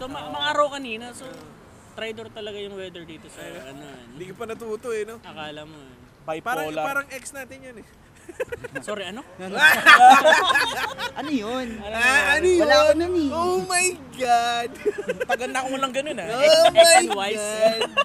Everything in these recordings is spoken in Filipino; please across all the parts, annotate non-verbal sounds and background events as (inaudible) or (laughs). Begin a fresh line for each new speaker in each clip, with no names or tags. So, ma- maaraw kanina. So, traitor talaga yung weather dito sa
Eh.
ano. ano.
Hindi ka pa natuto eh, no?
Akala mo. eh.
Parang,
Bipolar.
parang ex natin yun eh.
Sorry, ano?
Ano yun?
Ah, ano yun?
Wala ko nun eh.
Oh my God!
(laughs) Tagal na akong walang ganun
(laughs)
ah.
Oh
Ex
my
and wives.
God! (laughs)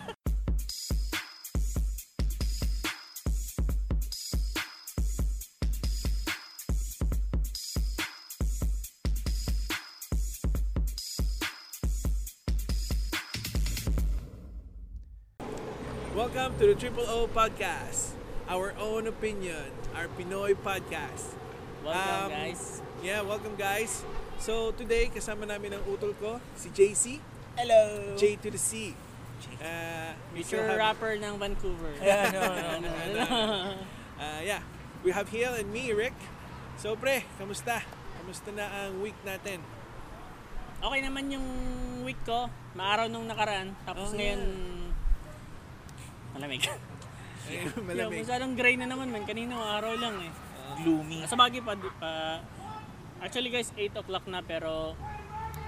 Welcome to the Triple O Podcast, our own opinion, our Pinoy podcast.
Welcome,
Um,
guys.
Yeah, welcome guys. So today, kasama namin ang utol ko, si JC,
Hello.
J to the C. Uh, we still
Future
have-
rapper ng Vancouver.
(laughs) Yeah, no, no,
Ano,
no,
ano,
no, Uh, yeah, we have Hill and me, Rick. So pre, kamusta? Kamusta na ang week natin?
Okay naman yung week ko. Maaraw nung nakaraan. Tapos
Oh,
ngayon, malamig. (laughs)
Ayun,
Yo,
(laughs) Malamig. Ah,
masyadong gray na naman man. Kanina araw lang eh.
Gloomy.
Sa bagay pa, di pa, actually guys, 8 o'clock na pero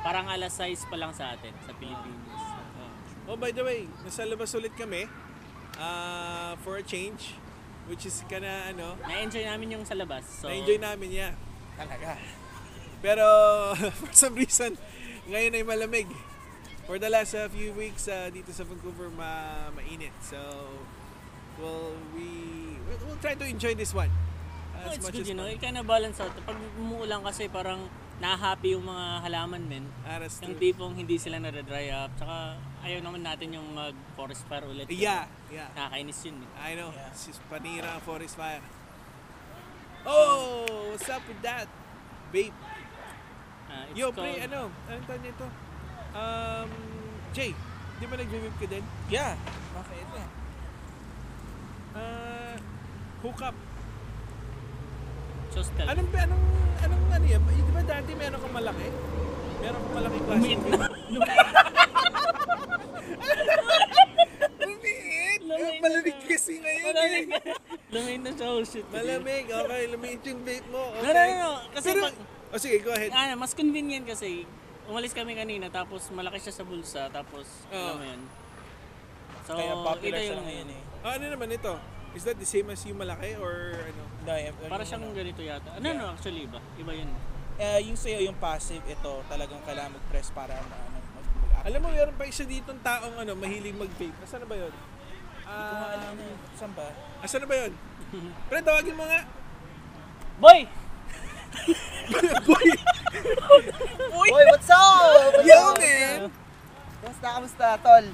parang alas 6 pa lang sa atin sa Pilipinas.
Oh, by the way, nasa labas ulit kami uh, for a change, which is kana ano,
Na-enjoy namin yung sa labas. So,
na-enjoy namin, yeah.
Talaga.
Pero (laughs) for some reason, ngayon ay malamig. For the last uh, few weeks uh, dito sa Vancouver ma mainit. So well we we'll- we'll try to enjoy this one.
Oh,
As
it's
much
good,
as
you know. It
possible.
kind of balance out. Pag umuulan kasi parang nahahappy yung mga halaman men.
Aras
Yung
to-
tipong hindi sila nare-dry up. Tsaka ayaw naman natin yung mag-forest fire ulit.
Yeah, yeah.
Nakakainis yun. eh.
I know.
Yeah.
Sis Panira Forest Fire. Oh, what's up with that? Babe.
Ah, it's
Yo,
called-
pre, ano? Anong tawag nito? Um, Jay, di ba nag-vape ka din? Ah.
Yeah. Bakit na?
Uh, hook up.
Chostel.
Anong, anong, anong, ano yan? Di ba dati meron kang malaki? Meron kang malaki plastic
Umiit
bag.
na.
Lumiit!
(laughs) Lumiit na.
Ah, Malamig kasi ngayon
Malamig
eh.
Lumain na siya. Oh, shit.
Malamig, okay. Lumiit yung vape mo.
No,
Okay.
no, no, no. Kasi
Pero,
pag,
oh, sige, go ahead.
ano, mas convenient kasi. Umalis kami kanina, tapos malaki siya sa bulsa, tapos,
Oo.
alam mo yun. So,
Kaya popular
ito
siya
yung,
ngayon eh.
Ah, ano naman ito? Is that the same as yung malaki or ano?
No, yung- yung
Para siyang
ano.
ganito yata. Ano, no, actually, iba. Iba yun.
Eh, yung sa'yo, yung passive, ito, talagang kailangan mag-press para ma- ano, mag- mag-
Alam mo, meron pa isa ditong taong ano, mahilig mag-vape. Nasaan na ba yun?
Kung ano,
Ah,
ano, saan ba?
asan na ba yun? Pre, tawagin mo nga.
Boy!
Boy, what's up? What's
Yo,
up?
man!
(laughs) Kamusta, kamusta, tol?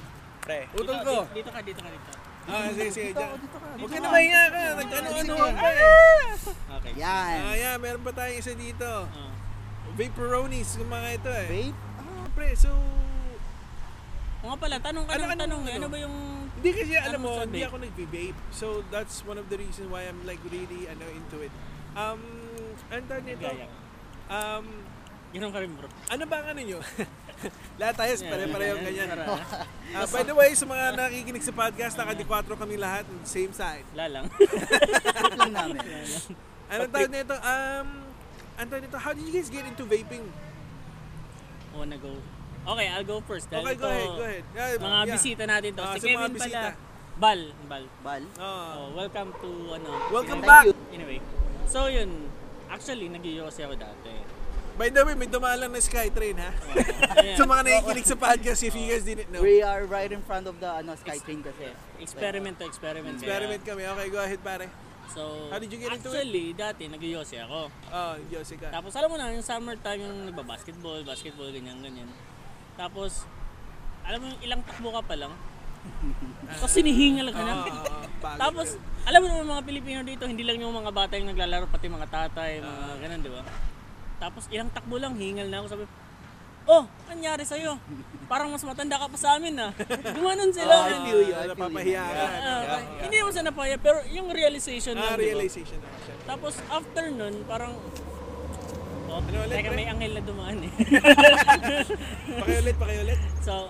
Pre.
Utol
Dito,
ko.
di- Dito ka, dito ka, dito.
Ah, sige, sige.
Dito ako,
dyan.
dito ka.
Huwag
dito
ka
ka.
na mahiya ka. Nag-ano-ano ka pa eh.
Okay.
Yan.
Ah, yeah, meron pa tayong isa dito.
Ah.
Vaperonis, yung mga ito eh.
Babe?
Ah, Pre, so...
O nga pala, tanong ka
Ano-
ano,
ano-
tanong, eh,
ano?
ano ba yung...
Hindi kasi, alam
Ano
mo,
sa
hindi
vape?
ako nag-vape. So, that's one of the reasons why I'm like really, ano, into it. Um, ano tawag nito?
Gaya.
Um,
Ganun ka rin, bro.
ano ba ang ano nyo? (laughs) lahat tayo,
Yeah,
pare-pareho
yeah,
ganyan.
para-
Ah, by the way, sa mga nakikinig sa podcast, naka-D4 kami lahat, same side.
Wala
(laughs)
lang.
Trip lang namin.
Ano tawag nito? Um, ano tawag nito? How did you guys get into vaping?
Wanna go. Okay, I'll go first. dahil
Okay, go
ito,
ahead, go ahead. Yeah,
Mga
yeah.
bisita natin to.
Ah,
si
sa mga
Kevin
bisita.
pala. Bal. Bal.
Bal?
Ah.
Oh, welcome to, ano.
Welcome
Pinoy-
back!
you.
Anyway, so yun. Actually, nag kasi ako dati.
By the way, may dumaan lang na Skytrain, ha?
Ayan.
(laughs) sa mga nakikinig sa podcast, if you guys didn't know.
We are right in front of the ano, SkyTrain kasi.
Experiment to experiment. kaya-
Experiment kami. Okay, go ahead, pare.
So,
How did you get into it?
actually, dati nag ako.
Oh, Jessica.
Tapos alam mo na, yung summertime yung nagbabasketball, basketball, ganyan, ganyan. Tapos, alam mo yung ilang takbo ka pa lang,
(laughs)
tapos sinihingal ka na.
Ah,
Tapos, alam mo naman mga Pilipino dito, hindi lang yung mga bata yung naglalaro, pati mga tatay, mga ganun, di ba? Tapos ilang takbo lang, hingal na ako, sabi, Oh, anyari sa'yo? Parang mas matanda ka pa sa amin ah. (laughs) Gumanon sila.
I feel you, I feel you.
Napapahiya ka.
Ah, ah, Hindi naman sa napaya, pero yung realization lang, di
Ah,
ba?
realization na siya.
Tapos after nun, parang Oh,
Ano ulit,
teka,
pre?
may angel na dumaan eh. (laughs)
Pakiulit, pakiulit.
so,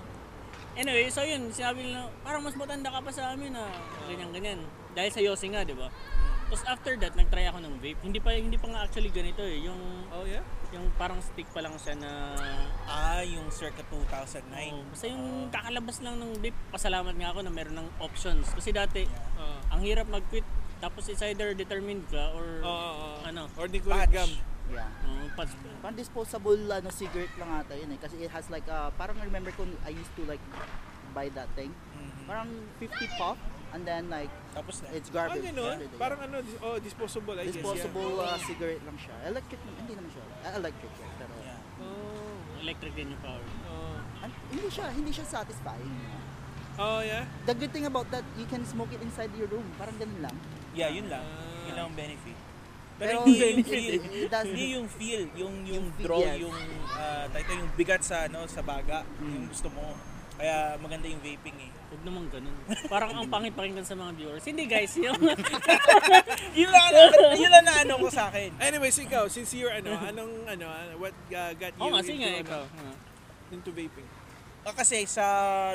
anyway, so yun, sinabi nila, parang mas matanda ka pa sa amin ah. Ganyan, ganyan. Dahil sa Yossi nga, di ba? Tapos after that, nag-try ako ng vape. Hindi pa hindi pa nga actually ganito eh. Yung
Oh, yeah?
yung parang stick pa lang siya na
Ah, yung circa 2009.
oh, basta yung kakalabas lang ng vape. Pasalamat nga ako na meron ng options. Kasi dati,
Oo.
ang hirap mag-quit. Tapos it's either determined ka or
Oo,
Oh.
oo, oo.
ano,
Or di ko
Patch.
gum.
Yeah.
um, pas-
Parang disposable ano, cigarette lang ata yun eh. Kasi it has like, uh, parang I remember ko I used to like buy that thing.
Mhm.
Parang 50 pop and then like
Tapos na.
it's
Ah,
garbage.
ganun?
Garbage, yeah.
Parang ano, dis- oh, disposable, I guess.
disposable uh, cigarette lang siya. Electric, hindi naman siya. Ah, electric yeah, pero
Yeah.
Yeah. Oh,
electric din yung power.
oh.
an- hindi siya, hindi siya satisfying.
Oh, yeah?
The good thing about that, you can smoke it inside your room. Parang ganun lang.
Yeah, yun lang.
Ah.
yun lang ang benefit.
Pero
Pero, hindi yung
benefit
feel.
eh. It doesn't-
Hindi yung feel, yung yung,
Yung feel,
draw,
yes.
yung ah, tawag ito, yung bigat sa ano, sa baga, yung gusto mo. Kaya maganda yung vaping eh.
Huwag naman ganun. Parang ang pangit pakinggan sa mga viewers. Hindi guys, yung
Yun (laughs) lang, ang- yun lang na ano ko sa akin.
Anyway, so ikaw, since you're ano, anong ano, ano, what uh, got you
Oo Oh, nga, sige nga
into,
ikaw.
ano, into vaping?
Ah, kasi sa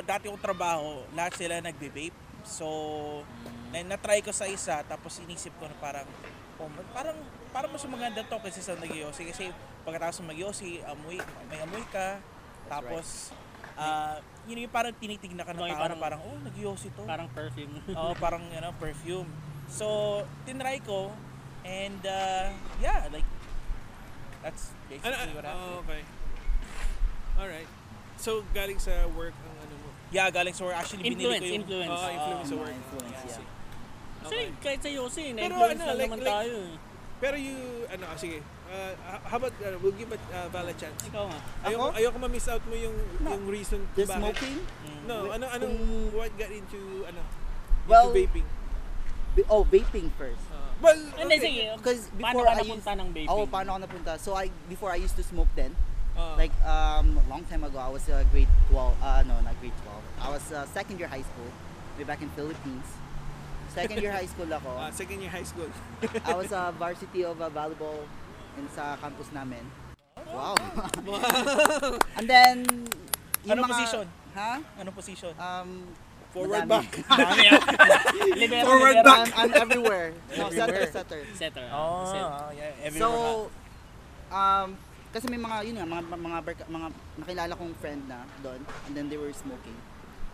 dati kong trabaho, lahat sila nagbe-vape. So, na na-try ko sa isa, tapos inisip ko na parang, oh, ma- parang, parang mas maganda to kasi sa nagyosi. Kasi pagkatapos ng magyosi, amoy, may amoy ka. Tapos, ah, yun yung parang tinitignan ka ng
Okay,
tao na
parang-
parang, oh, nagyosi to.
Parang perfume.
(laughs) Oo, parang you know, perfume. So, tinry ko and uh, yeah, like that's
Ano,
basically
ano,
what happened.
oh, okay. Alright. So, galing sa work ang ano mo?
yeah, galing sa work. Actually,
influence,
binili ko yung...
influence.
Oh, influence sa
mga
work.
influence,
I see.
Actually, kahit sa Yossi, eh,
Pero
na-influence
ano,
lang
like-
naman
like-
tayo eh.
Pero you, ano, ah, sige. Uh, h- how about, uh, we'll give uh, Val a chance.
Ikaw nga.
Ayoko,
Ako?
ayoko ma-miss out mo yung,
No.
yung reason
The
kung bakit.
smoking?
Mm.
No, ano, anong,
Kung-
what got into, ano, into
Well,
vaping?
Ba- Oh, vaping first.
Uh, well,
Hindi, sige.
Because
Paano
before
ka
I used,
napunta ng vaping?
oh, paano ako napunta? So I before I used to smoke then.
Uh,
Like um long time ago, I was uh, grade 12. Uh, no, not grade 12. I was uh, second year high school. Way back in Philippines. Second year high school ako.
(laughs) uh, second year high school.
I was a varsity of uh, volleyball in sa campus namin. Wow. And then yung
Anong position?
Ha?
Anong ano, position?
Um
Forward
madami.
Marami ah. Libero,
Forward
libero.
I'm, I'm everywhere. No, setter,
Everywhere.
setter.
Setter.
Oh,
Setter.
yeah, everywhere.
So, um, kasi may mga, yun nga, mga, mga, barka- mga nakilala kong friend na doon, and then they were smoking.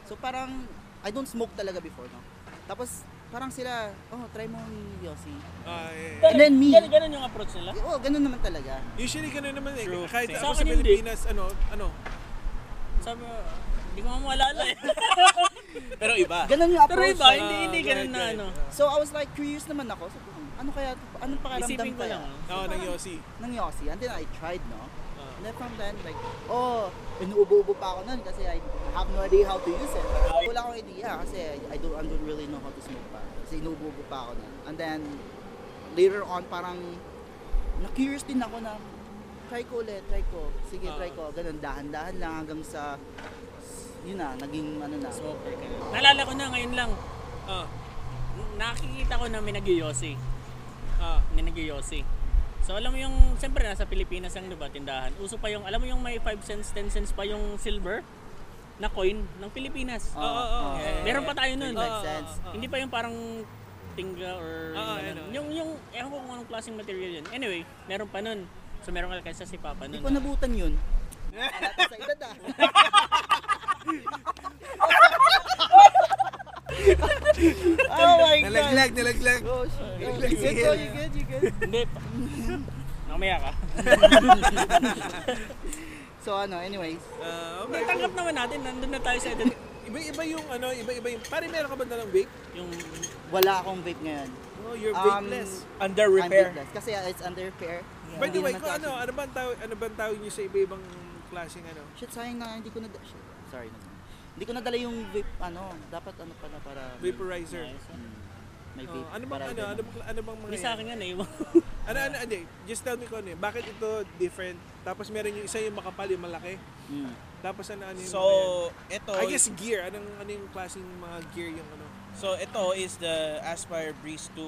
So parang, I don't smoke talaga before, no? Tapos, parang sila, oh, try mo yung Yossi.
Uh, yeah.
And then me.
Ganun, ganun yung approach nila.
Oo, oh, ganun naman talaga.
Usually ganun naman eh.
True.
Kahit ako
Same.
Sa
sa
akin hindi.
Pilipinas, ano, ano,
Sabi ko, hindi ko nga maalala eh.
Pero iba.
Ganun yung
Pero
approach. ah.
iba, hindi, hindi ganun na ano.
So I was like, curious naman ako. So, hmm, ano kaya, anong pakiramdam
Isipin ko
kaya?
lang. ah.
Oo, ng Yossi.
Nang Yossi. And then I tried, no?
Ah.
And then from then, like, oh, inuubo-ubo pa ako nun kasi I have no idea how to use it. Wala akong idea kasi I don't, I don't really know how to smoke pa. Kasi inuubo-ubo pa ako nun. And then, later on, parang, na-curious din ako na, try ko ulit, try ko. Sige, try
Ah.
ko. Ganun, dahan-dahan lang hanggang sa, yun na, naging ano na.
Smoker ka na. Naalala ko na ngayon lang. Oh.
Ah,
Nakikita ko na may nagyosi.
ah,
May nagyosi. So alam mo yung, siyempre nasa Pilipinas ang diba, tindahan. Uso pa yung, alam mo yung may 5 cents, 10 cents pa yung silver na coin ng Pilipinas. Oh.
Oo, oo, oo.
Meron pa tayo nun. Oh.
Makes sense.
Ah.
Hindi pa yung parang tingga or
Ah,
yung,
I know.
yung, yung, ewan ko kung anong klaseng material yun. Anyway, meron pa nun. So meron ka kasi si Papa
Hindi
nun.
ko nabutan yun. Wala pa sa edad ah. oh my God.
nalaglag, nalaglag.
Oh, shit.
Nalaglag
You
si
good,
Hel.
oh, you good, you good.
Hindi. (laughs) pa- Nakamaya ka.
So ano, anyways.
Ah, okay.
Natanggap naman natin, nandun na tayo sa edad.
Iba-iba yung ano, iba-iba yung, pare meron ka ba dalang vape?
Yung
Wala akong vape ngayon.
Oh, you're
Um,
vapeless.
Under
I'm
repair.
vapeless. Kasi uh, it's under repair.
Yeah.
By the
Hindi
way,
naman
kung
sa
ano,
akin.
ano ba ang tawag, ano ba ang tawag niyo sa iba-ibang klaseng ano?
Shit, sayang na hindi ko na... Shit, sorry. Hindi ko nadala yung vape, ano. Dapat ano pala para...
Vaporizer.
Nice.
May
Oh,
vape.
ano bang
para
ano,
ganun.
ano bang ano bang mga
Hindi
yan?
sa akin yan, naiwan.
Ano ano, hindi. Just tell me kung ano yun. Bakit ito different? Tapos meron yung isa yung makapal, yung malaki.
Mm.
Tapos ano ano yung
So,
mga yan?
ito,
I guess gear. Anong ano yung klaseng mga gear yung ano?
so ito is the Aspire Breeze 2.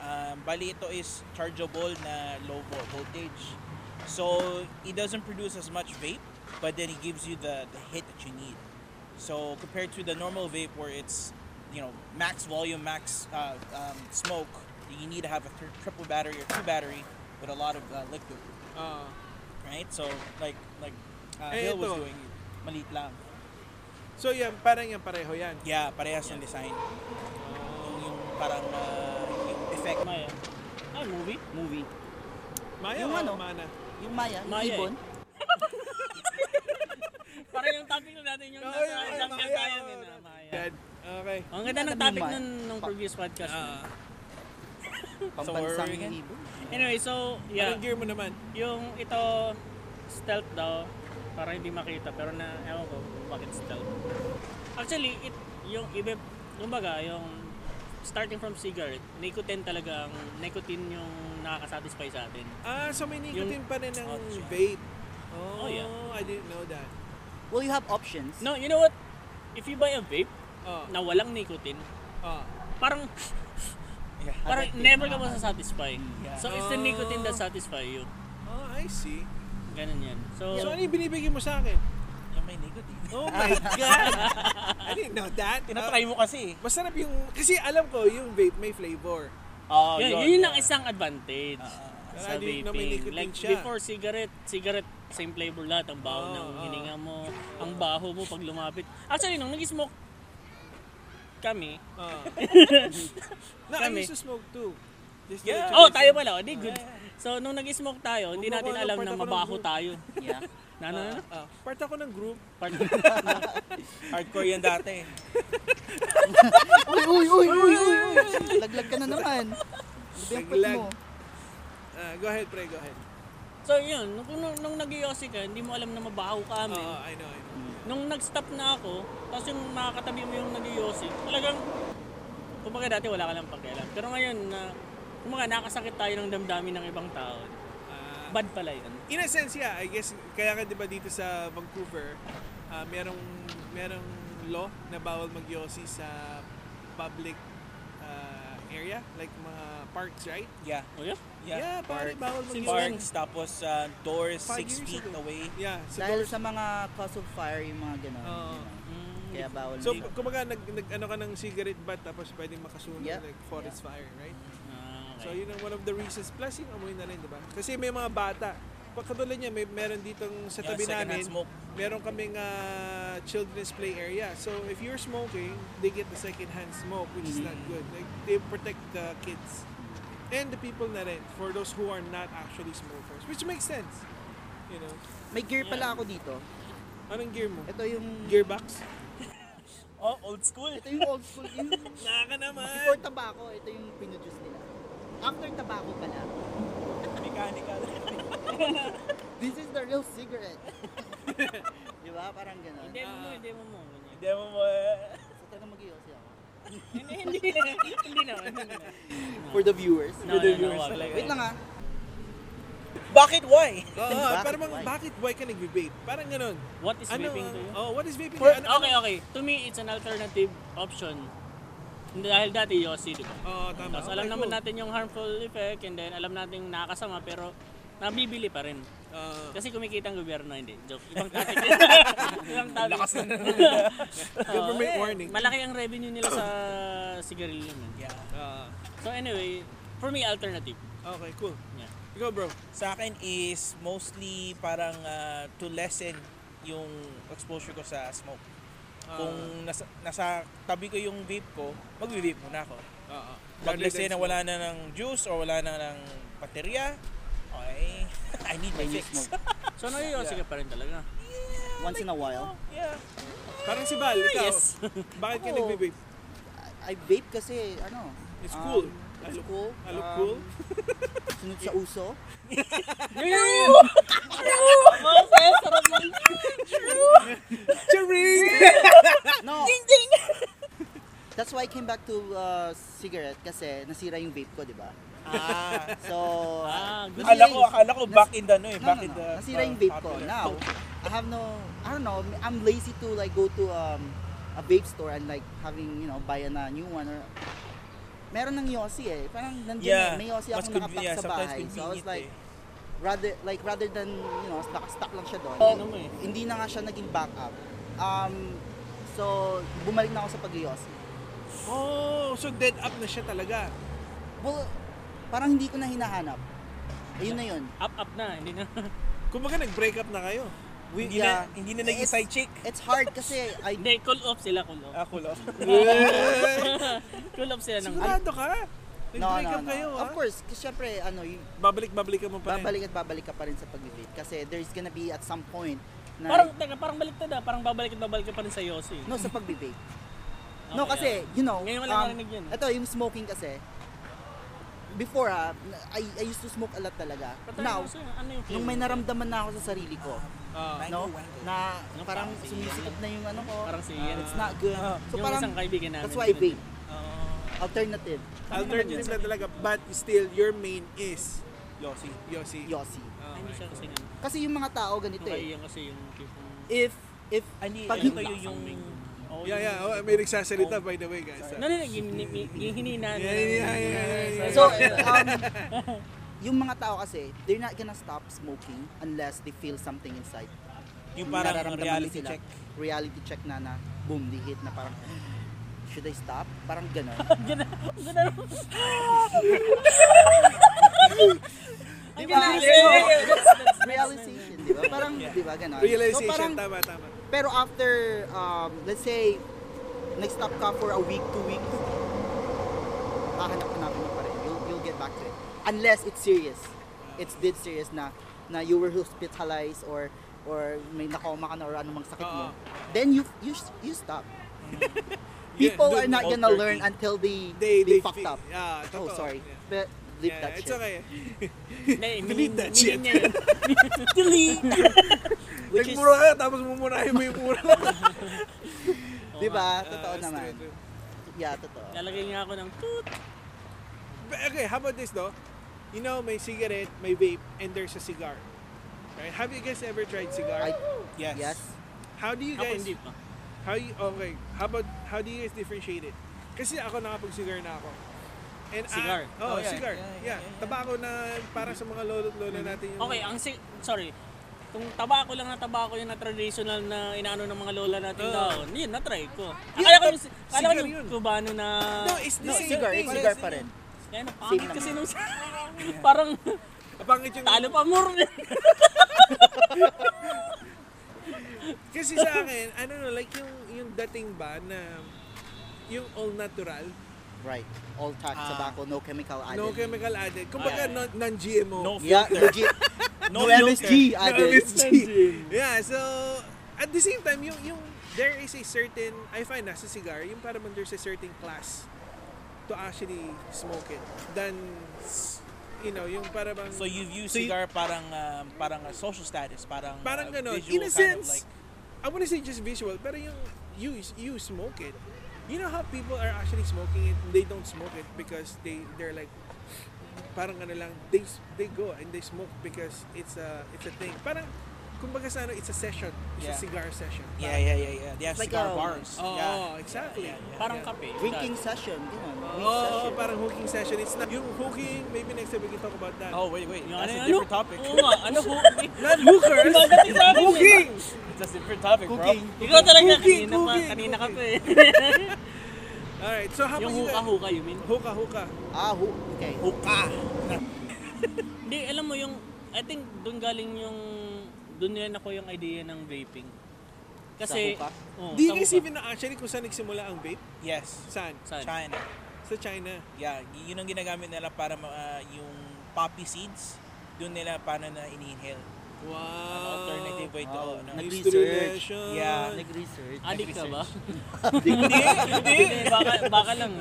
Um, bali ito is chargeable na low vo- voltage. So, it doesn't produce as much vape, but then it gives you the, the hit that you need. So, compared to the normal vape where it's, you know, max volume, max uh, um, smoke, you need to have a thir- triple battery or two battery with a lot of uh, liquid,
Ah.
right? So like like uh,
Eh,
Hill was
ito.
doing, malit lang.
so yan, parang yan, pareho yan.
Yeah, parehas ng design. Yung, yung parang uh, yung effect.
Maya. Ah, movie?
Movie.
Maya o
Yung ano?
mana?
Yung Maya, yung
Maya eh.
ibon.
Parang yung topic na natin yung
Oo,
nasa
yun,
jungle
Maya,
tayo
oo,
din na,
natin.
Maya.
Yan. Okay.
Ang ganda ng
Sabi
topic
man.
nun, nung previous podcast.
Ah.
where were
Pambansang
we again?
ibon.
Anyway, so, yeah.
Anong gear mo naman?
Yung ito, stealth daw, para hindi makita, pero na, ewan ko, bakit stealth. Actually, it, yung iba, kumbaga, yung starting from cigarette, nicotine talaga, ang nicotine yung nakakasatisfy sa atin.
Ah, so may nicotine pa rin ng
Oh, siya.
vape.
Oh,
Oh,
yeah.
I didn't know that.
Well, you have options.
No, you know what? If you buy a vape
Oh,
na walang nicotine,
oh.
parang
Yeah.
parang
Addictive
never ka
naman.
masasatisfy.
Yeah.
So it's the
Oh.
nicotine that satisfy you.
Oh, I see.
Ganun yan. So, (laughs)
So, ano yung binibigay mo sa akin?
Yung may nicotine. (laughs)
Oh my God!
(laughs)
I didn't know that.
Tinatry mo kasi. eh.
Ah, masarap yung... Kasi alam ko, yung vape may flavor.
Oh,
yun, yun ang isang advantage. sa
Kaya di-
vaping.
na may nicotine
like
siya.
before cigarette, cigarette same flavor lahat ang baho
Oo,
ng
oo.
hininga mo, ang baho mo pag lumapit. Actually nung nag-smoke kami, (laughs)
Oh. no, I
Kami.
used to smoke too. Just to let you
oh
guys
tayo
know.
pala, hindi good. So nung nag-smoke tayo, hindi
Gumagawa
natin
ng
alam
part
na
ako ng
mabaho
group.
tayo.
Yeah.
Na na na.
Ah, part ako ng group.
Part- (laughs)
Hardcore yan dati.
uy, uy, uy, uy, uy, uy. Laglag ka na naman. Laglag.
Laglag.
mo.
Ah, go ahead, pre, go ahead.
so yun, nung, nung, nung nag-iossi ka, hindi mo Mm. alam na mabaho ka
Oo,
amin.
I know, I know.
Nung nag-stop na ako, tapos yung makakatabi mo yung nag-iossi, talagang, kumbaga dati wala ka lang pakialam. Pero ngayon, na, kumbaga nakasakit tayo ng damdamin ng ibang tao.
Ah,
Bad pala yun.
in a sense, yeah, I guess, kaya ka, di ba, dito sa Vancouver, ah, merong, merong law na bawal mag sa public ah, area, like mga parks, right?
Yeah.
O yun?
Yeah.
Yeah, pare, bawal mag
Since
Parks, tapos uh, doors
Five
6
years
feet
ago.
away.
Yeah, so,
Dahil sa mga cause of fire, yung mga gano'n.
Oo.
you know.
Mm.
Kaya bawal
so
na.
kumbaga, nag, nag, ano ka ng cigarette butt, tapos pwedeng makasunod,
Yeah.
like, forest fire, right?
Ah,
So,
okay.
yun ang one of the reasons. Plus, yung amoy na rin, di ba? Kasi may mga bata. Pagkatulad niya, may, meron ditong sa
Yeah,
tabi
secondhand
namin,
smoke.
meron kaming ah, children's play area. So, if you're smoking, they get the second-hand smoke, which is not good. Like, they protect the kids. And the people na rin, for those who are not actually smokers. Which makes sense. You know?
May gear pala ako dito.
Anong gear mo?
Ito yung...
Gearbox?
Oh, old school.
Ito yung old school. Yung
Naka
before
naman!
tabako, ito yung pinujuice nila. After tabako pala,
Mechanical.
(laughs) this is the real (laughs) cigarette. Di ba? Parang gano'n.
Demo mo, demo mo. Ganyan.
Demo mo.
So, talaga mag ako.
Hindi, hindi. Hindi naman. hindi naman.
For the viewers.
No, no, no, wag.
Wait lang ah.
Bakit why? (laughs)
Oo,
Bakit?
Ah, parang
Why?
bakit why ka nag-vape? Parang ganun.
What is
Ano,
vaping to you?
oh, what is vaping?
For-
Ano-
okay, okay. To me, it's an alternative option. Dahil dati, Yossi, di ba?
Oo, Ah, tama.
Tapos
Okay,
alam naman
cool.
natin yung harmful effect and then alam natin yung nakakasama pero nabibili pa rin.
Ah.
(laughs) Kasi kumikita ang gobyerno, hindi.
(laughs)
Joke. Ibang topic. Ibang topic.
Lakas na nun.
Oo,
Government
eh,
warning.
Malaki ang revenue nila sa sigarilyo. man.
Yeah.
Ah,
So anyway, for me, alternative.
okay, cool.
Yeah.
Ikaw, bro. Ah,
Sa akin is mostly parang ah, to lessen yung exposure ko sa smoke.
Ah.
Kung nasa, nasa tabi ko yung vape ko, magbe-vape muna ako.
Oo.
Pag let's say na wala na ng juice or wala na ng baterya, okay, (laughs) I need my
When you
fix.
smoke.
So nag-yossi ka pa rin talaga.
Once in a while.
Oh, yeah.
Parang si Val, ikaw.
Yes.
(laughs) Bakit ka
Ako.
nagbe-vape?
I, I vape kasi, ano.
It's
um,
cool. I
It's
look-
cool.
I look
Um,
cool.
Sunod sa
(laughs)
uso.
Masaya, sarap lang.
Charing!
No. (laughs) That's why I came back to uh, cigarette kasi nasira yung vape ko, di ba?
Ah,
So,
Ah, good.
akala ko, akala ko back in the, no, eh,
no,
back
no,
in the...
no. Nasira yung
uh,
vape ko.
popular.
Now, I have no, I don't know, I'm lazy to like go to um, a vape store and like having, you know, buy a na- new one or Meron ng Yossi eh. Parang nandiyan,
Yeah,
eh, may Yossi ako
conven-
nakapak
yeah,
sa
sometimes
bahay. So I was
convenient
like,
eh.
rather like rather than you know nakastack lang siya doon
Ano mo eh.
hindi na nga siya naging backup um so bumalik na ako sa pag
Oh, so dead up na siya talaga.
well parang hindi ko na hinahanap. Ayun na yun.
Up, up na. Hindi na. (laughs)
Kumbaga nag-break up na kayo.
Hindi
Yeah.
na, hindi na naging
It's-
side chick.
It's hard kasi I
Hindi, cool off sila. Cool off.
Ah, cool off.
(laughs) Cool off sila ng
oh. Sigurado ka.
No,
Nag-break
no,
up
no.
kayo, ha?
ah.
Of course, kasi syempre, ano, y-
Babalik-babalik ka mo pa rin.
babalik at babalik ka pa rin sa pag-date. Kasi there's gonna be at some point na...
Parang, teka, parang baliktad ah. Parang babalik at babalik ka pa rin sa Yossi.
no, sa
(laughs)
pag-date.
Okay, ah.
No, kasi, you know,
Ngayon wala narinig yun. eh.
ito, yung smoking kasi, before ha, I, I used to smoke a lot talaga.
Pero tayo,
Now,
Yossi, ano yung
nung may naramdaman na ako sa sarili ko,
Ah.
no, na
Nung
parang
parang si
sumisikip na yung ano ko,
Ano Parang si Ian.
it's not good. So
yung
parang,
isang kaibigan namin.
that's why I
ganun.
vape.
Ah,
Alternative,
Alternative na talaga. But still, your main is
Yossi.
Yossi.
Yossi.
Ah,
Ay, Hindi siya kasi ganun.
Kasi yung mga tao ganito
Yung
eh.
kaibigan kasi yung tipong...
If, if,
Hindi,
Pag-
ito yung... yung oh,
Yeah, yeah. Oh, may nagsasalita, by the way, guys.
No, no, no, yung, yung, yung hinina
Yeah, yeah, yeah, yeah, yeah. (laughs)
So, um,
(laughs)
yung mga tao kasi, they're not gonna stop smoking unless they feel something inside.
Yung parang
Nararamdaman
reality
nila.
check.
Reality check na na, boom, they hit na parang, should I stop? Parang gano'n.
(laughs) Ang
Diba?
ganda.
So,
Yeah, yeah, yeah.
realization, di ba? Parang, di ba, gano'n.
Ah, Realization,
So, parang,
tama, tama.
pero after, um, let's say, nag-stop ka for a week, two weeks, hahanap ka namin pa rin. You'll, you'll get back to it. Unless it's serious. It's dead serious na na you were hospitalized or or may nakoma ka na or anumang sakit mo.
Oo.
Then you you you stop.
Uh-huh. Yeah,
People
do
are not
all
gonna
dirty.
learn until they
They, they,
fucked
fi-
up.
Ah,
Oh,
totoo.
sorry.
Yeah.
But leave
Yeah,
that
it's
shit.
okay.
Delete
that shit.
(laughs) Delete.
Which is,
Nagmura ka, tapos mumurahin mo yung
(laughs)
mura.
di ba?
Ah,
Diba? Totoo
that's
naman.
true, true.
Yeah, totoo.
Lalagay niya ako ng toot.
But okay, how about this though? You know, may cigarette, may vape, and there's a cigar. Right? Have you guys ever tried cigar?
I,
Yes.
yes.
How do you
Ako
guys
hindi pa.
How you, okay, how about how do you guys differentiate it? Kasi ako nakapag-cigar na ako. And I-
Cigar.
oh,
Oh, yeah,
cigar.
yeah,
Yeah,
yeah, yeah, yeah.
Tabako na para sa mga lolo't lola natin yung
Okay, ah, ang si- sorry. Kung tabako lang na tabako yung na traditional na inaano ng mga lola natin
Oo.
daon, yun, na-try ko.
Uh.
Akala
Yun,
ko
but
yung, akala ko
cigar
yung
yun.
Cubano na...
No, it's the
No,
same
cigar,
thing.
cigar pa rin.
Yan, ang pangit
Same
kasi nung... parang
Ang (laughs) pangit yung-
talo pa mur.
(laughs) Kasi sa akin, I don't know, like yung yung dating ba na yung all natural,
Right. All tax, tobacco, no chemical added.
no chemical added. Kumbaga
Ah.
non- non-GMO.
No
Yeah, legit. no, MSG
No
added.
MSG. Yeah, so at the same time, yung yung there is a certain I find na sa cigar, yung parang there's a certain class to actually smoke it than you know, yung parang bang-
So you've used
So you-
cigar parang um, parang a social status, parang
parang
uh,
ganun.
visual
In a
kind of
sense,
like
I wouldn't say just visual, pero yung you you smoke it. You know how people are actually smoking it, they don't smoke it because they they're like parang ano lang they they go and they smoke because it's a it's a thing. Parang kumbaga sa ano, it's a session. It's a
Yeah.
cigar session.
yeah, yeah, yeah, yeah. They have
Like um,
cigar
a-
bars.
Oh,
yeah.
exactly.
Yeah, yeah,
parang kape.
Drinking session, ganun.
Oo,
Drink
oh,
session.
parang hooking session. It's not yung hooking. Maybe next time we can talk about that.
Oh wait, wait.
Yung
That's
ano,
a different
ano?
topic.
Oo nga,
(laughs)
ano ho?
Not hookers.
Pagdating sa akin,
hooking.
That's a different topic, bro.
Cooking.
Ikaw talaga
Cooking,
kanina pa,
cooking,
kanina ka pa
cooking.
eh. (laughs)
All right. So how
Yung
about you
ah,
guys?
huka-huka, you mean?
Hookah, hookah.
Ah, ho- okay.
Hookah.
Hindi, alam mo yung, I think doon galing yung, doon yan ako yung idea ng vaping. Kasi,
Sa hookah?
Oh,
Oo,
Do you
sa
guys
hookah.
even know actually kung saan nagsimula ang vape?
Yes.
Saan?
Saan?
China.
Sa China.
Yeah, y- yun ang ginagamit nila para ma- ah, yung poppy seeds. Doon nila paano na inhale. An
Wow.
alternative way to
Wow.
ano.
Nag-
Distillation. (laughs)
Ah,
Yeah.
Nag-research.
Addict ka ba?
Hindi, hindi.
(laughs) Hindi, baka, baka lang.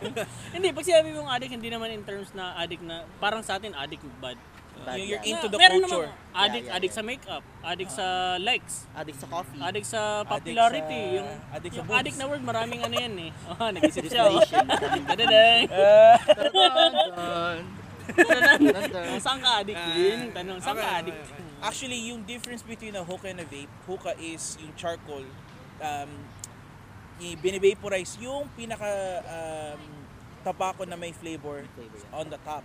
(laughs) hindi, pag sinabi mong addict, hindi naman in terms na addict na, parang sa atin, addict bad.
Bad
Yung- you're
yan.
into the
Meron
culture.
namang addict,
Yeah, yeah,
addict
yeah. Mm.
sa makeup, addict sa likes,
Addict sa coffee.
addict sa popularity.
sa-
yung
addict sa
yung
boobs.
addict na word, maraming ano yan eh. (laughs) Oh, nag-isip siya. oh.
Distillation.
Dadadang!
Dun-dun-dun. Dun-dun.
Oh, Saan ka addict?
Ah.
Yun yung tanong. Saan
Okay,
ka
okay,
addict?
okay.
(laughs) Actually, yung difference between a hookah and a vape, hookah is yung charcoal. Um, i- binivaporize yung pinaka um, tabako na may flavor,
flavor, yeah.
on the top.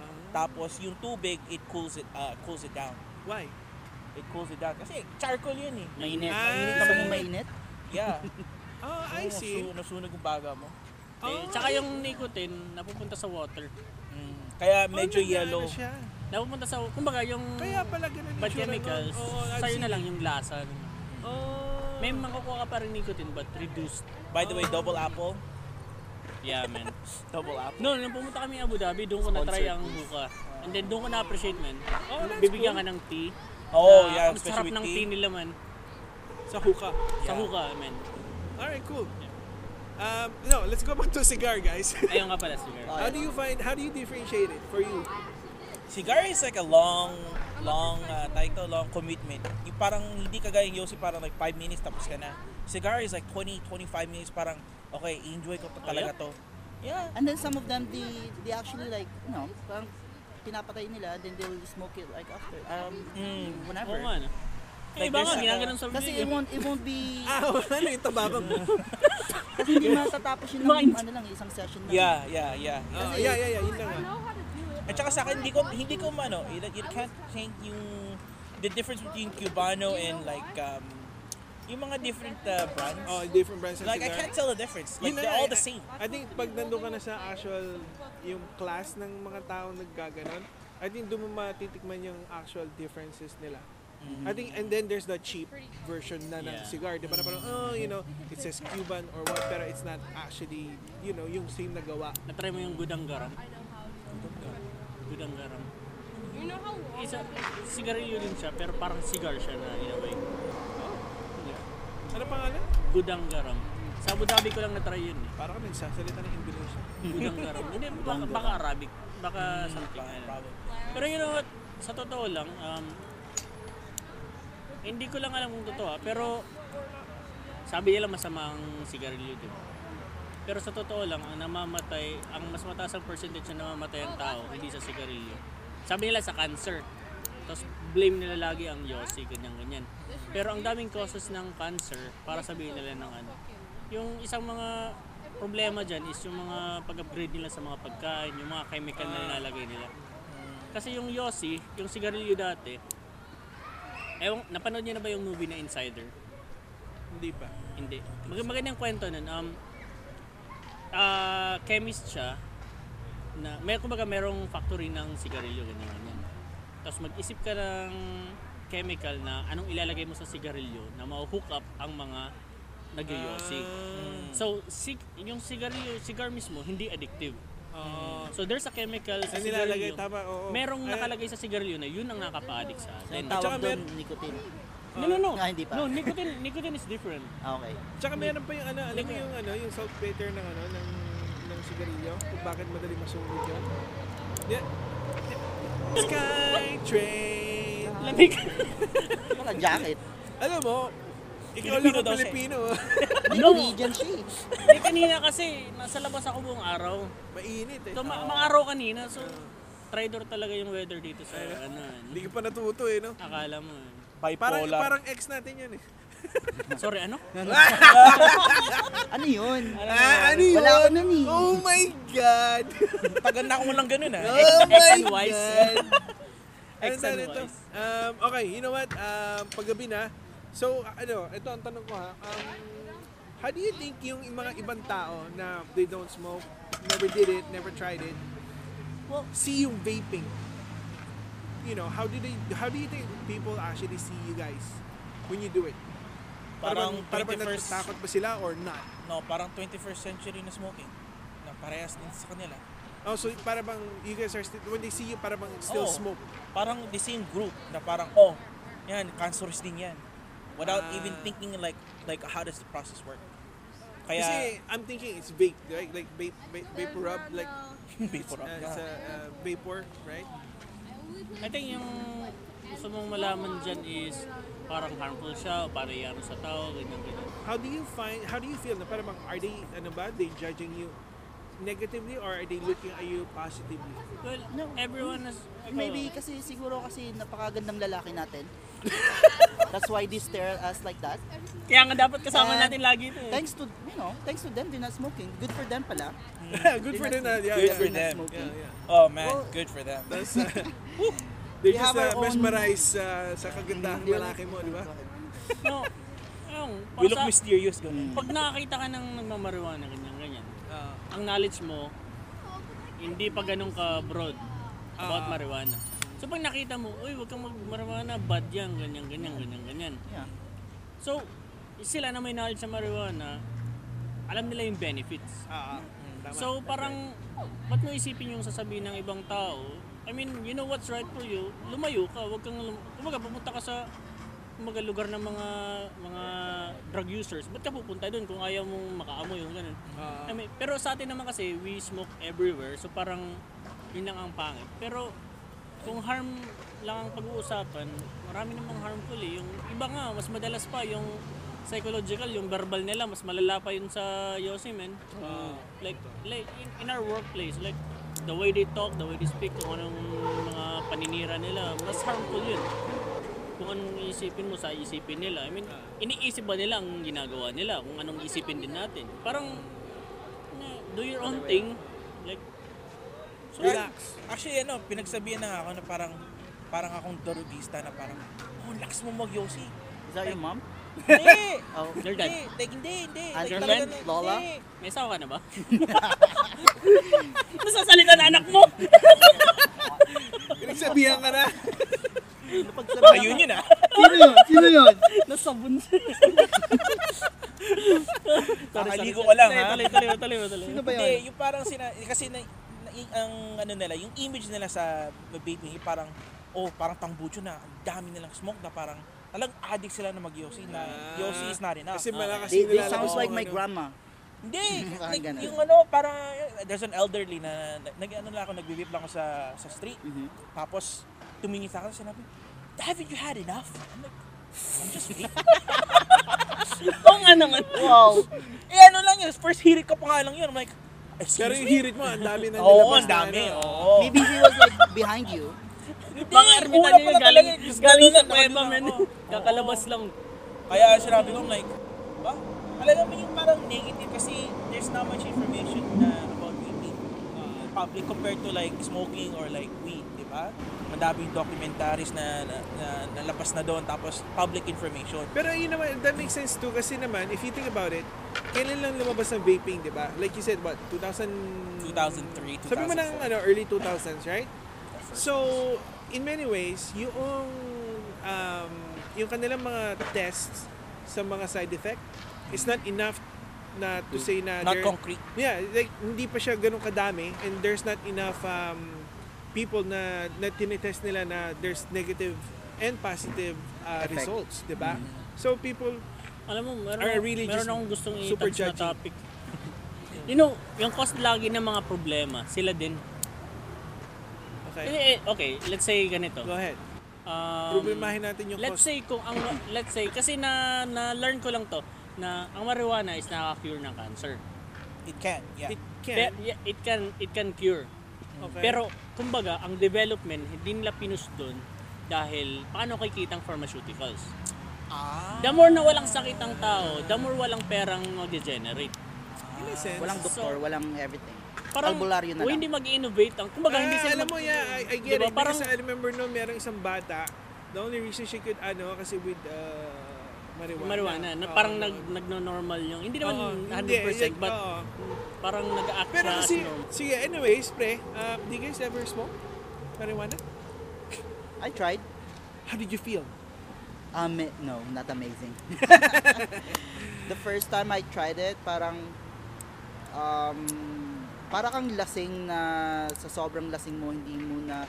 Uh,
Tapos yung tubig, it cools it uh, cools it down.
Why?
It cools it down. Kasi charcoal yun eh.
Mainit.
Ah.
(laughs)
Mainit ka ba ng mainit?
Yeah.
Oh, I
Oo,
see. Ah,
nasu- nasunog yung baga mo.
Eh, tsaka yung nicotine, napupunta sa water.
Mm. Kaya medyo
Oh, nag-
yellow.
ano siya.
Napupunta sa, kumbaga yung
Kaya pala ganun
bad
tsura
chemicals,
nun. Oo, I've
sa'yo
seen
na lang
it.
yung lasa.
Oh.
May makukuha ka pa rin nicotine but reduced.
By the way, double apple.
Ah,
Yeah, man.
(laughs) Double apple.
No, nung pumunta kami Abu Dhabi, doon ko na-try
Sponsored,
ang buka. And then doon ko na-appreciate, man.
Oh, that's
Bibigyan
cool.
ka ng tea.
Oh,
na
yeah,
Ang
especially
sarap
with
ng tea.
tea.
nila, man.
Sa hookah.
Sa
Yeah.
hookah, man.
Alright, cool. Um, no, let's go back to cigar, guys. (laughs)
Ayun nga pala, sir.
how do you find, how do you differentiate it for you?
Cigar is like a long, long, uh, tawag ito, long commitment. Yung parang hindi kagaya yung Yossi, parang like 5 minutes tapos ka na. Cigar is like 20, 25 minutes, parang, okay, enjoy ko to talaga to. Yeah.
And then some of them, they, they actually like, you know, parang pinapatay nila, then they will smoke it like after, um,
Mm.
whenever.
Oo nga, no? Eh,
Like ano?
iba nga,
there's a-
ginaganon sa
Kasi it
video.
won't, it won't be,
Ah, (laughs) ano yung tababang mo?
kasi hindi matatapos yun ng, ano lang, isang session lang.
Yeah, yeah, yeah.
Oh, yeah, yeah, yeah, yun lang. ah.
At saka sa akin, hindi ko, hindi ko ano, you, you can't think yung, the difference between Cubano and like, um, yung mga different uh, brands.
Oh, different brands of
like, I
cigar.
can't tell the difference. Like,
Yun na
they're
nga, eh.
all
I-
the same.
I, think pag nandun ka na sa actual, yung class ng mga tao naggaganon, I think doon mo matitikman yung actual differences nila. I think, and then there's the cheap version na ng
Yeah.
cigar. Di ba na parang, oh, you know, it says Cuban or what, pero it's not actually, you know, yung same na gawa.
Na-try mo yung gudang garam. Gudang garam. Isa, sigarilyo din siya, pero parang cigar siya na in a way. Yeah.
Ano pangalan?
Gudang garam. Sa Abu Dhabi ko lang na-try yun eh.
Parang ka nagsasalita ng Indonesia.
Gudang garam. (laughs) Hindi, baka, baka Arabic. Baka something. ano.
Probably.
Pero you know what? Sa totoo lang, um, hindi ko lang alam kung totoo ah, pero sabi nila masama ang sigarilyo, di ba? Pero sa totoo lang, ang namamatay, ang mas mataas ang percentage na namamatay ang tao, hindi sa sigarilyo. Sabi nila sa cancer. Tapos blame nila lagi ang Yossi, ganyan-ganyan. Pero ang daming causes ng cancer, para sabihin nila ng ano, yung isang mga problema dyan is yung mga pag-upgrade nila sa mga pagkain, yung mga chemical na nilalagay nila. Kasi yung Yossi, yung sigarilyo dati, ewan, napanood niyo na ba yung movie na Insider?
Hindi pa.
Hindi. Mag magandang kwento nun. Um, ah chemist siya. Na, may, kumbaga merong factory ng sigarilyo, ganyan, ganyan. Tapos mag-isip ka ng chemical na anong ilalagay mo sa sigarilyo na ma-hook up ang mga nagyoyosi.
Ah.
So, sig- yung sigarilyo, cigar mismo, hindi addictive.
Oh.
So, there's a chemical sa
Ang
sigarilyo.
nilalagay, tama, oo.
Merong
Ay-
nakalagay sa sigarilyo na yun ang nakapa-addict sa
So,
atin.
ang
tsaka
tawag doon,
mer-
nicotine.
No, no, no.
Ah, hindi pa.
No, nicotine, nicotine is different.
Ah, okay.
Tsaka meron pa yung ano, alam mo yung ano, yung saltpeter ng ano, ng ng sigarilyo, kung bakit madali masungod yun. Yeah. Sky train.
Lamig.
Wala (laughs) jacket.
Alam mo, ikaw
Pilipino
lang
daw
ang
siya. eh.
Pilipino. (laughs)
May
No.
Canadian siya eh.
Eh, kanina kasi, nasa labas ako buong araw.
Mainit eh.
So, ma- mga araw kanina, so, traitor talaga yung weather dito sa, ano,
Hindi ka pa natuto eh, no?
akala mo. eh.
Parang,
Bipolar.
parang ex natin yun
(laughs)
eh. (laughs)
Sorry, ano?
Ano yun?
Ah, ano yun?
Wala ako nun eh.
Oh my God! (laughs)
Tagal na ako walang ganun ah.
Ex
Oh my
and Ys.
God!
Ex
Ano
and
sana ito?
Ys.
Um, okay, you know what? Um, paggabi na. So, ano, ito ang tanong ko ha. Um, how do you think yung mga ibang tao na they don't smoke, never did it, never tried it, well, see yung vaping? You know, how do they, how do you think people actually see you guys when you do it?
Parang
para bang
21st
natatakot ba sila or not?
No, parang 21st century na smoking. Na parehas din sa kanila.
Oh, so para bang you guys are still, when they see you, para bang still
Oh.
Oo.
smoke.
Parang the same group na parang, oh, yan, cancerous din yan. Without
Ah.
even thinking like, like how does the process work? (laughs) Kaya,
Kasi I'm thinking it's vape, right? Like vape, vape vapor rub, like
before
uh, it's a uh, vapor, right?
I think yung gusto mong malaman dyan is parang harmful siya o parang yano sa tao, ganyan, ganyan.
How do you find, how do you feel na parang bang, are they, ano ba, they judging you negatively or are they looking at you positively?
Well, everyone has...
Maybe kasi siguro kasi napakagandang lalaki natin. That's why they stare at us like that.
Kaya nga dapat kasama
And
natin lagi ito eh.
Thanks to, you know, thanks to them, they're not smoking. Good for them pala.
(laughs) Good
They're
for them,
not
na,
smoking.
yeah,
Good
yeah,
for
yeah,
them.
Smoking.
yeah.
Oh man,
Well-
good for them.
Tapos, uh, they
We
just
have our
uh,
own-
mesmerized uh, sa kagandahan ng
They're-
lalaki mo, di ba?
Go ahead.
No. Ayun,
We look
pag sa-
mysterious
Mm.
ganun.
Pag nakakita ka ng nagmamariwana, ganyan, ganyan.
Uh,
Ang ang knowledge mo hindi pa ganun ka broad about
Ah.
marijuana. So pag nakita mo, uy, wag kang mag-marijuana, bad yan, ganyan, ganyan, ganyan, ganyan.
Yeah.
So, sila na may knowledge sa marijuana, alam nila yung benefits.
Ah, ah. Tama.
So parang, ba't mo isipin yung sasabihin ng ibang tao? I mean, you know what's right for you, lumayo ka, wag kang, lum- kumbaga pupunta ka sa kumbaga lugar ng mga mga drug users. Ba't ka pupunta doon kung ayaw mong makaamoy yung ganun?
Ah,
I mean, pero sa atin naman kasi, we smoke everywhere, so parang yun lang ang pangit. Pero kung harm lang ang pag-uusapan, marami namang harmful eh. Yung iba nga, mas madalas pa yung psychological, yung verbal nila, mas malala pa yun sa Yossi, man. like, like in, in our workplace, like, the way they talk, the way they speak, kung anong mga paninira nila, mas harmful yun. Kung anong isipin mo sa isipin nila. I mean, iniisip ba nila ang ginagawa nila? Kung anong isipin din natin? Parang, na- do your own thing. Like,
So,
relax.
Actually, ano, pinagsabihan na nga ako na parang parang akong drugista na parang, oh, lakas mo mag-yosi.
(laughs)
Is that your mom?
Hindi!
(laughs) Oh.
Your dad?
Hindi, like, hindi, hindi.
Ah,
Like,
your
talaga
dad?
na-
Lola?
Hindi.
may asawa ka na ba? (laughs) Ano Nasasalita na anak mo!
Pinagsabihan ka na.
Napagsabihan
Ayun
ka.
yun ah.
Sino yun? Sino (laughs) yun?
Nasabon
Kakaligo ka lang, ha?
Tuloy, tuloy, tuloy, tuloy.
Sino ba
Hindi,
yun?
yung parang sina, kasi na, na- i- ang ano nila, yung image nila sa vaping, yung parang, oh, parang tambucho na, ang dami nilang smoke na parang, talagang addict sila na mag-yosi, na
Ah,
yosi is not enough.
Kasi malakas
They,
yung
they
nilalabas
sounds
mo,
like my
ano.
grandma.
Hindi,
(laughs) Parang
like,
ganun.
yung ano, parang, there's an elderly na, na- nag, ano lang ako, nagbibip lang ako sa, sa street.
Mm-hmm.
Tapos, tumingin sa akin, sinabi, haven't you had enough? I'm like, I'm just
(laughs)
vaping.
Ang
ano
anang
Wow.
eh, ano lang yun, first hirit ko pa nga lang yun. I'm like,
Pero
excuse
yung
me?
hirit mo, ang dami na
Oo,
nilabas
ang
na,
dami,
ano.
oo.
Maybe he was like behind you.
Hindi,
Mga ermita
una
niya
pa
yung
lang
galing,
talaga yun.
galing sa
Nakadun
kweba,
ako.
men.
Oo.
Kakalabas lang.
Kaya sinabi ko, I'm like, ba? Talaga ba yung parang negative kasi there's not much information na about vaping uh, public compared to like smoking or like weed, di ba? Madami yung documentaries na, na, na nalabas na doon tapos public information.
Pero yun naman, that makes sense too kasi naman, if you think about it, kailan lang lumabas ang vaping, di ba? Like you said, what, 2000...
2003, 2004.
Sabi mo ng ano, early 2000s, right? So, in many ways, yung, um, yung kanilang mga tests sa mga side effect is not enough na to say na
Not
they're-
concrete.
Yeah, like hindi pa siya ganun kadami and there's not enough um, people na na tinitest nila na there's negative and positive uh,
Effect.
results, 'di ba? So people
Alam mo, meron,
Are really
meron
just
akong gustong
super
i-touch na
judgy.
topic. (laughs) You know, yung cause lagi ng mga problema, sila din.
okay.
Eh, eh, Okay, let's say ganito.
Go ahead.
Um,
Problemahin natin yung
let's
cause.
say kung ang let's say kasi na na learn ko lang to na ang marijuana is nakaka-cure ng cancer.
It can, yeah.
it can.
Pe- yeah, it can it can cure.
Okay.
Pero kumbaga ang development hindi nila pinus doon dahil paano kikitang pharmaceuticals.
ah,
The more na walang sakit ang tao, the more walang perang mag-degenerate.
in a sense,
Walang doktor, walang everything.
Parang
Albularyo
o,
na lang.
hindi mag-innovate ang kumbaga hindi
Ah,
sila
alam
mag-
mo, yeah, I, I get
Diba?
it.
Parang-
Parang, kasi I remember no, merong isang bata, the only reason she could, ano, kasi with uh, marijuana.
marijuana na
Oo,
parang
yun.
nag nagno-normal yung hindi
Oo,
naman
hindi,
100%
like,
but
oo.
parang nag-act
Pero
na as
kasi,
normal.
sige, anyways, pre, uh, do you guys ever smoke marijuana?
I tried.
How did you feel?
Um, no,
(laughs)
not amazing. the first time I tried it, parang um, para kang lasing na sa sobrang lasing mo hindi mo na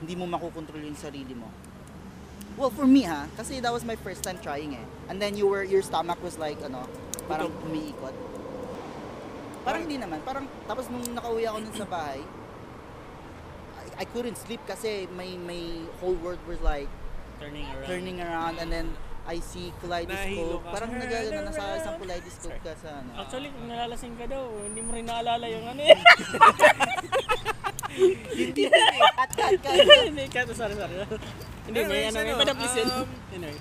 hindi mo makokontrol yung sarili mo. Well, for me ha, kasi that was my first time trying eh. And then you were your stomach was like ano, parang umiikot. Parang hindi naman, parang tapos nung nakauwi ako nun sa bahay, I, I couldn't sleep kasi may may whole world was like
turning around.
turning around and then I see kaleidoscope.
Nahilo ka.
Parang nagagano na
Turn
sa isang
around.
kaleidoscope ka sa ano.
Actually, kung nalalasing ka daw, hindi mo rin naalala yung
(laughs)
ano eh. (laughs)
Hindi. (laughs) Cut, cut, cut.
Hindi, kato, sorry, sorry. Hindi, may
Anyways,
ano, may
ano,
padap listen.
um,
Anyway.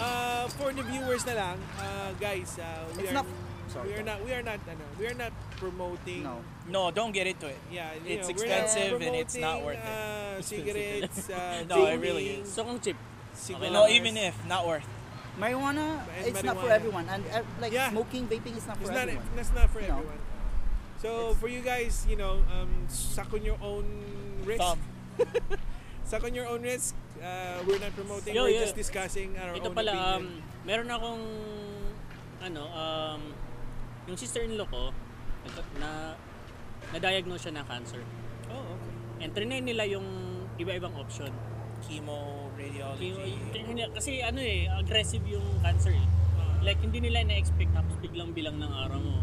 Uh, for the viewers na lang, uh, guys, uh, we
It's
are
not- sorry,
we are
go.
not we are not ano, we are not promoting
No.
no, don't get into it.
Yeah, you
It's
know, we're
expensive
not
and it's not
promoting,
worth it.
Uh,
(laughs)
cigarettes, uh,
No, it really
vaping,
is.
So, kung chip.
cigars.
No, even if, not worth.
Marijuana,
And
it's not for
marijuana.
everyone. And uh, like
Yeah.
smoking, vaping is not for
It's not,
everyone.
that's not for
No.
everyone. So for you guys, you know, um, suck on your own risk.
Tom.
(laughs) Suck on your own risk. Uh, we're not promoting.
Yo,
we're
yo.
just discussing our
Ito
own
pala, um,
opinion.
meron akong, ano, um, yung sister-in-law ko, nagka- na, na-diagnose siya ng cancer.
Oh, okay.
And trinay nila yung iba-ibang option.
Chemo,
Yung,
radiology.
trinay nila- kasi ano eh, aggressive yung cancer eh. Like, hindi nila na-expect tapos biglang bilang ng araw mo.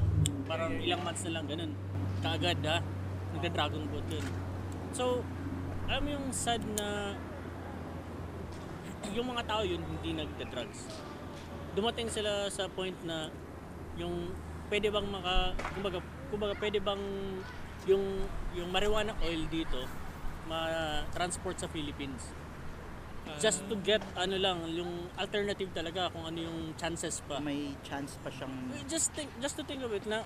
Parang ilang months na lang, ganun. Kaagad ha, nagda-dragon boat yun. So, alam mo yung sad na yung mga tao yun hindi nagda-drugs. Dumating sila sa point na yung pwede bang maka kumbaga, kumbaga pwede bang yung yung marijuana oil dito ma-transport sa Philippines. Just to get ano lang yung alternative talaga kung ano yung chances pa.
May chance pa siyang...
Just think just to think of it na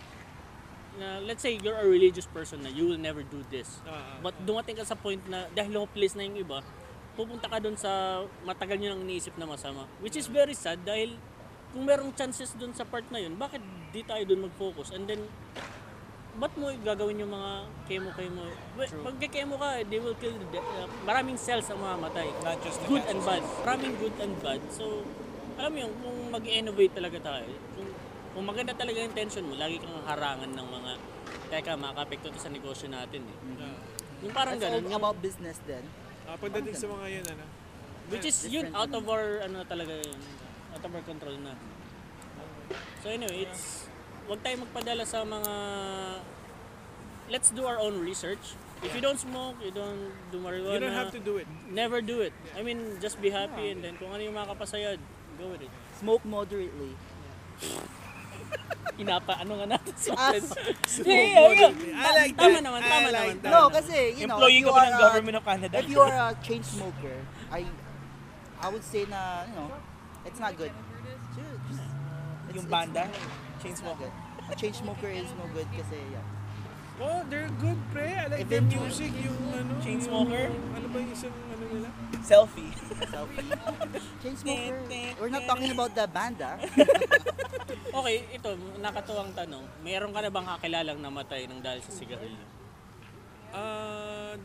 na let's say you're a religious person na you will never do this.
Ah, ah.
But dumating ka sa point na dahil hopeless na yung iba, pupunta ka doon sa matagal nyo nang iniisip na masama. Which is very sad dahil kung merong chances doon sa part na yun, bakit di tayo doon mag-focus? And then, ba't mo gagawin yung mga chemo-chemo? Well, Pag chemo ka, they will kill the de- uh, maraming cells ang mamamatay.
Not just the
Good and
cancer
bad. Maraming good and bad. So, alam mo yun, kung mag-innovate talaga tayo, kung, kung maganda talaga yung intention mo, lagi kang harangan ng mga, teka, makaka-apekto to sa negosyo natin eh.
Mm.
Yung parang
It's
ganun.
all
yung-
about business then.
Ah, pagdating sa mga yun, ano?
Which is yun, out of our, ano talaga yun, out of our control na. So anyway, it's, wag tayo magpadala sa mga, let's do our own research. If you don't smoke, you don't do marijuana,
Ano?
You don't have to do it.
never do it. I mean, just be happy and then kung ano yung makakapasayad, go with it.
Smoke moderately.
Inapa, ano nga natin sa (laughs)
Ah,
Yeah, yeah, yeah.
I like that.
Tama naman,
I
tama naman.
like that.
No, kasi, you know, if
Employee
you
ka ba
are
ng
a-
government of Canada?
If you are a chain smoker, I I would say na, you know, it's not good. Just- just- it's-
yung
it's-
banda,
It's not
Chainsmoker.
good. A chain smoker is no good kasi, yeah.
Oh, they're good, pre. I like
If
their
you-
music, yung ano.
Chainsmoker?
yung- Ano ba yung isang ano nila?
Selfie.
Selfie. Chain smoker. We're not talking about the banda.
Okay, ito, nakatuwang tanong. Meron ka na bang kakilalang namatay ng dahil sa sigarilyo?
Uh,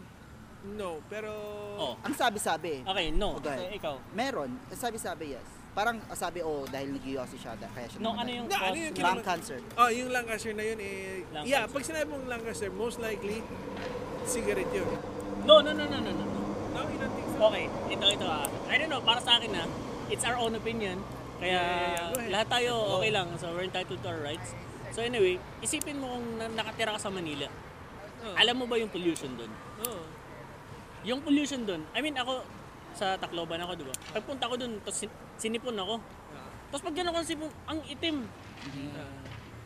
no, pero...
Oh.
Ang sabi-sabi.
Okay, no.
Okay.
So, ikaw.
Meron. Ang Sabi-sabi, yes. Parang ah, sabi, oh, dahil nag-iossi siya, da- kaya siya
No, ano
namatay.
yung
Na, ano
cause?
yung
Lung
kinama-
cancer.
Oh, yung Lancaster na yun eh...
Lancaster.
Yeah, pag sinabi mong Lancaster, most likely, cigarette yun.
No, no, no, no, no, no.
No, you don't think so?
Okay, ito, ito ah. I don't know, para sa akin ah, it's our own opinion. Kaya
yeah, yeah. Go ahead.
lahat tayo okay lang. So we're entitled to our rights. So anyway, isipin mo kung na- nakatira ka sa Manila. Alam mo ba yung pollution doon?
Oh.
Yung pollution doon, I mean ako, sa Tacloban ako, di ba? Pagpunta ko doon, tapos sin- sinipon ako.
Ah.
Tapos pag gano'n ko sipon, ang itim. Mm.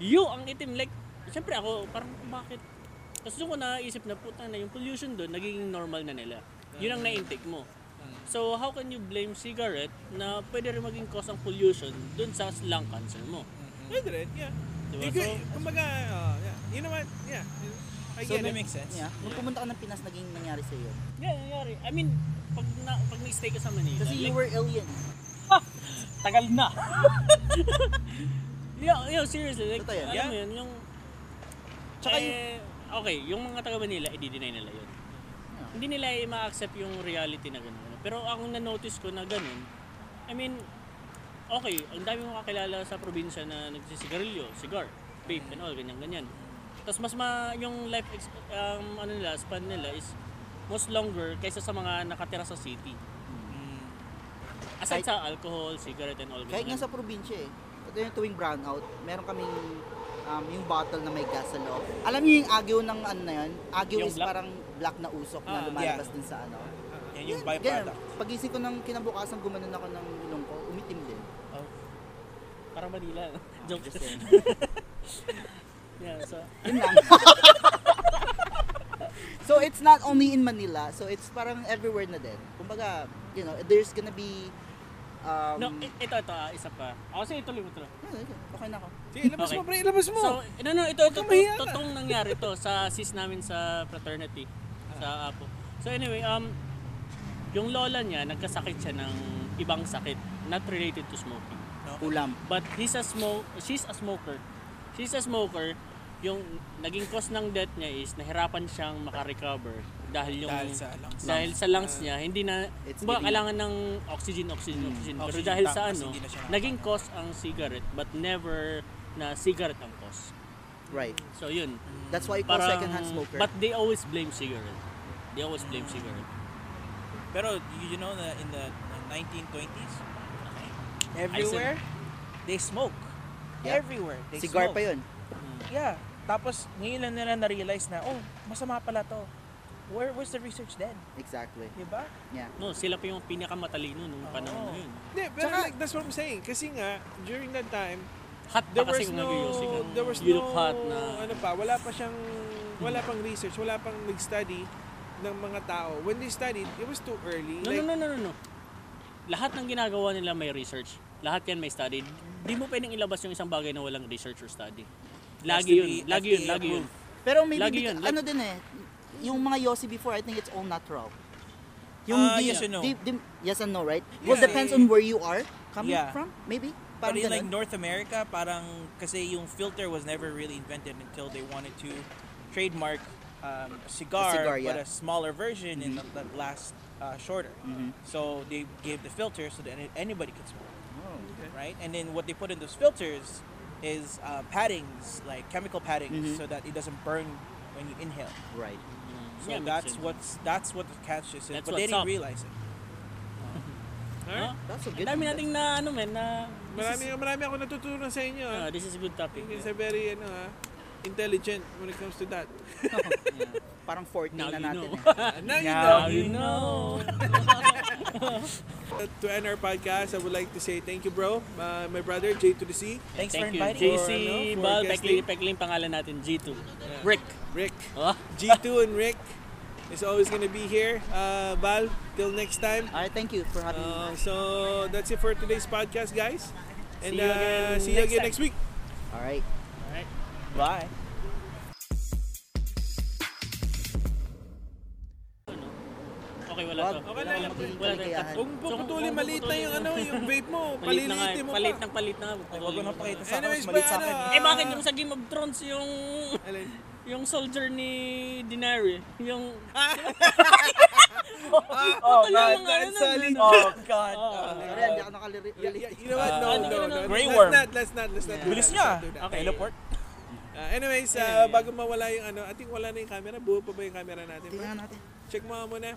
You, ang itim. Like, syempre ako, parang bakit? Tapos doon ko naisip na, puta na, yung pollution doon, nagiging normal na nila. Yun ang na-intake mo. So, how can you blame cigarette na pwede rin maging cause ang pollution doon sa lung cancer mo?
Pwede rin, yeah.
Diba?
You could,
So-
kumbaga, oh, yeah. You know what? Yeah. I
so,
get
that
it.
makes sense.
Yeah. Nung pumunta ka ng Pinas, naging nangyari sa iyo.
Yeah, nangyari. I mean, pag, na, pag na-stay ka sa Manila,
Kasi you
like,
were alien.
tagal na. yeah, yeah, seriously. Like,
Totoo yan.
alam
Yeah.
mo yun, yung...
Tsaka yung-
eh, okay, yung mga taga Manila, i-deny nila yun. Hindi nila i-accept yung reality na gano'n. Pero ang na-notice ko na gano'n, I mean, okay, ang dami mong kakilala sa probinsya na nagsisigarilyo, cigar, vape, and all, ganyan-ganyan. Tapos mas ma, yung life, ex- um, ano nila, span nila is most longer kaysa sa mga nakatira sa city. Aside
Kahit-
sa alcohol, cigarette, and all,
Hmm. Kahit nga
ganyan.
sa probinsya eh. Ito yung tuwing brownout, meron kaming um, yung bottle na may gas sa loob. Alam niyo yung agyo ng ano na yun? Agyo
Yung
is
black?
parang black na usok
Ah,
na lumalabas din sa ano.
Yan yung
Yan, ganyan.
byproduct.
Pagising ko ng kinabukasan, gumanon ako ng ilong ko, umitim din.
Oh. Parang Manila. (laughs) Joke.
Ah, Just saying.
Yeah, so,
Yun lang. so it's not only in Manila, so it's parang everywhere na din. Kumbaga, you know, there's gonna be um,
no, i- ito, ito, ah, isa pa. Ako sa'yo, ituloy mo ito.
okay na ako.
Sige, ilabas
Okay.
mo, pre. Ilabas mo.
So, no, no, ito, ito,
Huwag kang mahiya
to-
ka.
totoong nangyari to sa sis namin sa fraternity,
Ah.
sa Apo. So anyway, um, yung lola niya, nagkasakit siya ng ibang sakit, not related to smoking.
Ulam.
But he's a smoke, she's a smoker. She's a smoker, yung naging cause ng death niya is nahirapan siyang makarecover dahil yung
Dahil sa lungs. Ah.
dahil sa lungs niya hindi na
It's
kumbaga,
giving
kailangan ng oxygen oxygen oxygen pero
Hmm. Oxygen
dahil
tank
sa
kasi
ano
hindi na siya
naging cause ang cigarette but never na cigarette ang cause
Right.
so yun
That's why you call
parang
secondhand smoker.
but they always blame cigarette they always blame cigarette
Pero you, you know, na in the 1920s,
Everywhere?
everywhere, they smoke.
Yeah.
Everywhere, they
Cigar
smoke.
pa yun.
Yeah. Tapos, ngayon lang nila na-realize na, oh, masama pala to. Where was the research then?
Exactly.
Diba?
Yeah.
no sila pa yung pinakamatalino nung panahon
Oh.
na yun
Hindi, pero like, that's what I'm saying. Kasi nga, during that time,
hot pa
there
kasi
was
kung
no,
nag-iusig ang
there was
Europe
no,
hot na
ano pa, wala pa siyang, wala pang research, wala pang nag-study ng mga tao. When they studied, it was too early.
No,
like,
no, no, no, no, no. Lahat ng ginagawa nila may research. Lahat yan may study. Di mo pwedeng ilabas yung isang bagay na walang research or study. Lagi
Has to
yun,
be
lagi yun,
FDA
lagi yun.
Pero maybe,
Lagi
beca-
yun, like-
ano din eh, yung mga Yossi before, I think it's all natural.
Ah,
di-
yes and no.
di- di- yes and no, right?
Yeah.
Well, depends on where you are coming
Yeah.
from, maybe.
But
Parang
in like
ganun.
North America, parang kasi yung filter was never really invented until they wanted to trademark um, a cigar,
cigar,
but
yeah.
a smaller version and that last uh, shorter. So they gave the filter so that any- anybody could smoke.
Oh,
right? And then what they put in those filters is uh, paddings, like chemical paddings, so that it doesn't burn when you inhale.
Right.
Mm.
So
Yeah, makes
that's
sense.
what's that's what the catch is,
That's
but they
what's
didn't
up.
realize it.
Huh?
That's a good
Ang dami
one.
nating na ano men na
Marami, marami ako natutunan sa inyo.
Ah,
ah.
this is a good topic.
You guys
Yeah.
are very, ano ha, intelligent when it comes to that.
Parang 14
Now
na
you
natin (laughs)
know.
eh.
Ano
Now you
Yeah.
know.
Now you know.
Uh, To end our podcast, I would like to say thank you, bro. Uh, my brother, J to the C.
Thanks for
Thank you. JC
inviting
For, ano, for
Bal,
guesting.
pekling, pekling pangalan natin, G2. Rick.
Rick.
Oh,
G2 and Rick is always gonna be here. Uh, Val, till next time.
Alright, thank you for having me.
Uh, so that's it for today's podcast, guys. And
See you again
uh, see you
next
again
time.
next week.
Alright.
alright.
Bye.
Okay, wala
Wag.
to.
Okay lang.
Wala
Wala
na.
lang.
Kung puputulin, maliit na yung ano, yung vape
(laughs)
mo.
Palit na nga.
Palilitin mo
Palit
pa.
ng palit na.
Ay, wag mo na pakita sa akin,
Anyways,
mas maliit sa
paano,
akin.
ah,
Eh bakit yung sa Game of Thrones yung (laughs)
Alin?
yung soldier ni Dinari, yung
Oh,
Wala
God.
mga ano
that's
nandun,
solid.
ah.
Oh, God.
Sorry, hindi ako nakalirelate.
Yeah, yeah, you know what? No,
Ah,
no, no.
Grey
let's
Worm.
Not, let's not, let's not. do
Bilis
that,
niya.
let's not do that.
Okay.
Teleport.
Uh, anyways, uh, bago mawala yung ano, I think wala na yung camera. Buo pa ba yung camera natin?
Tingnan natin.
Check mo nga muna.